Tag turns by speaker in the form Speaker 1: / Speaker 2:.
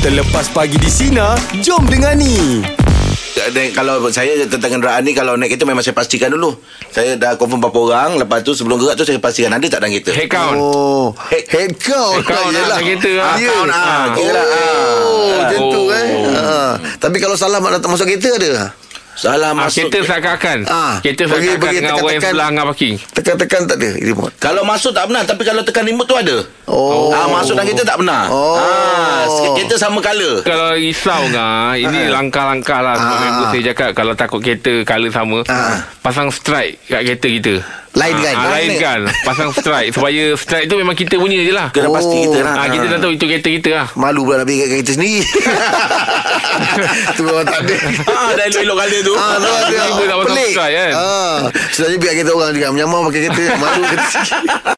Speaker 1: Terlepas pagi di Sina, jom dengani.
Speaker 2: Naik, kalau saya tentang kenderaan ni Kalau naik kereta memang saya pastikan dulu Saya dah confirm berapa orang Lepas tu sebelum gerak tu Saya pastikan ada tak dalam kereta
Speaker 3: Head count
Speaker 4: Oh,
Speaker 2: Head-
Speaker 4: head
Speaker 3: Head
Speaker 4: count.
Speaker 3: count lah,
Speaker 4: Yelah.
Speaker 3: macam kita lah.
Speaker 4: Ya.
Speaker 2: Count, ah, kira lah, ah.
Speaker 4: Oh, macam tu
Speaker 3: Oh.
Speaker 4: eh. Ah. Tapi kalau salah mak datang masuk kereta ada.
Speaker 2: Salah
Speaker 3: Ah,
Speaker 2: masuk
Speaker 3: kereta selakakan
Speaker 4: Ah,
Speaker 3: Kereta
Speaker 4: bagi-
Speaker 3: selakakan dengan
Speaker 4: bagi
Speaker 3: orang yang
Speaker 4: tekan-tekan.
Speaker 3: sebelah dengan parking
Speaker 4: Tekan-tekan tak ada remote.
Speaker 2: Kalau masuk tak benar Tapi kalau tekan remote tu ada
Speaker 4: Oh.
Speaker 2: ah, Masuk dalam kereta tak benar
Speaker 4: Oh.
Speaker 2: ah, Kereta sama colour
Speaker 3: Kalau risau ngah Ini langkah-langkah lah Sebab
Speaker 4: Ah.
Speaker 3: member saya cakap Kalau takut kereta Color sama
Speaker 4: Ah.
Speaker 3: Pasang stripe Kat kereta kita
Speaker 4: Lain
Speaker 3: Ah,
Speaker 4: kan?
Speaker 3: ah, Lain
Speaker 4: Lain.
Speaker 3: kan Pasang stripe Supaya stripe tu memang kita punya je lah
Speaker 2: Kena
Speaker 4: Oh.
Speaker 2: pasti kita lah
Speaker 3: Ah, Kita dah tahu itu kereta kita lah
Speaker 4: Malu pula nak pergi kat kereta sendiri. tu orang tak ada.
Speaker 2: ah, Dah elok-elok colour tu
Speaker 4: Ah, tu ada.
Speaker 3: Tiba-tiba tak pasang
Speaker 4: Pelik.
Speaker 3: strike, kan?
Speaker 4: Ah, sebenarnya biar kereta orang juga menyamar pakai kereta malu kereta sendiri.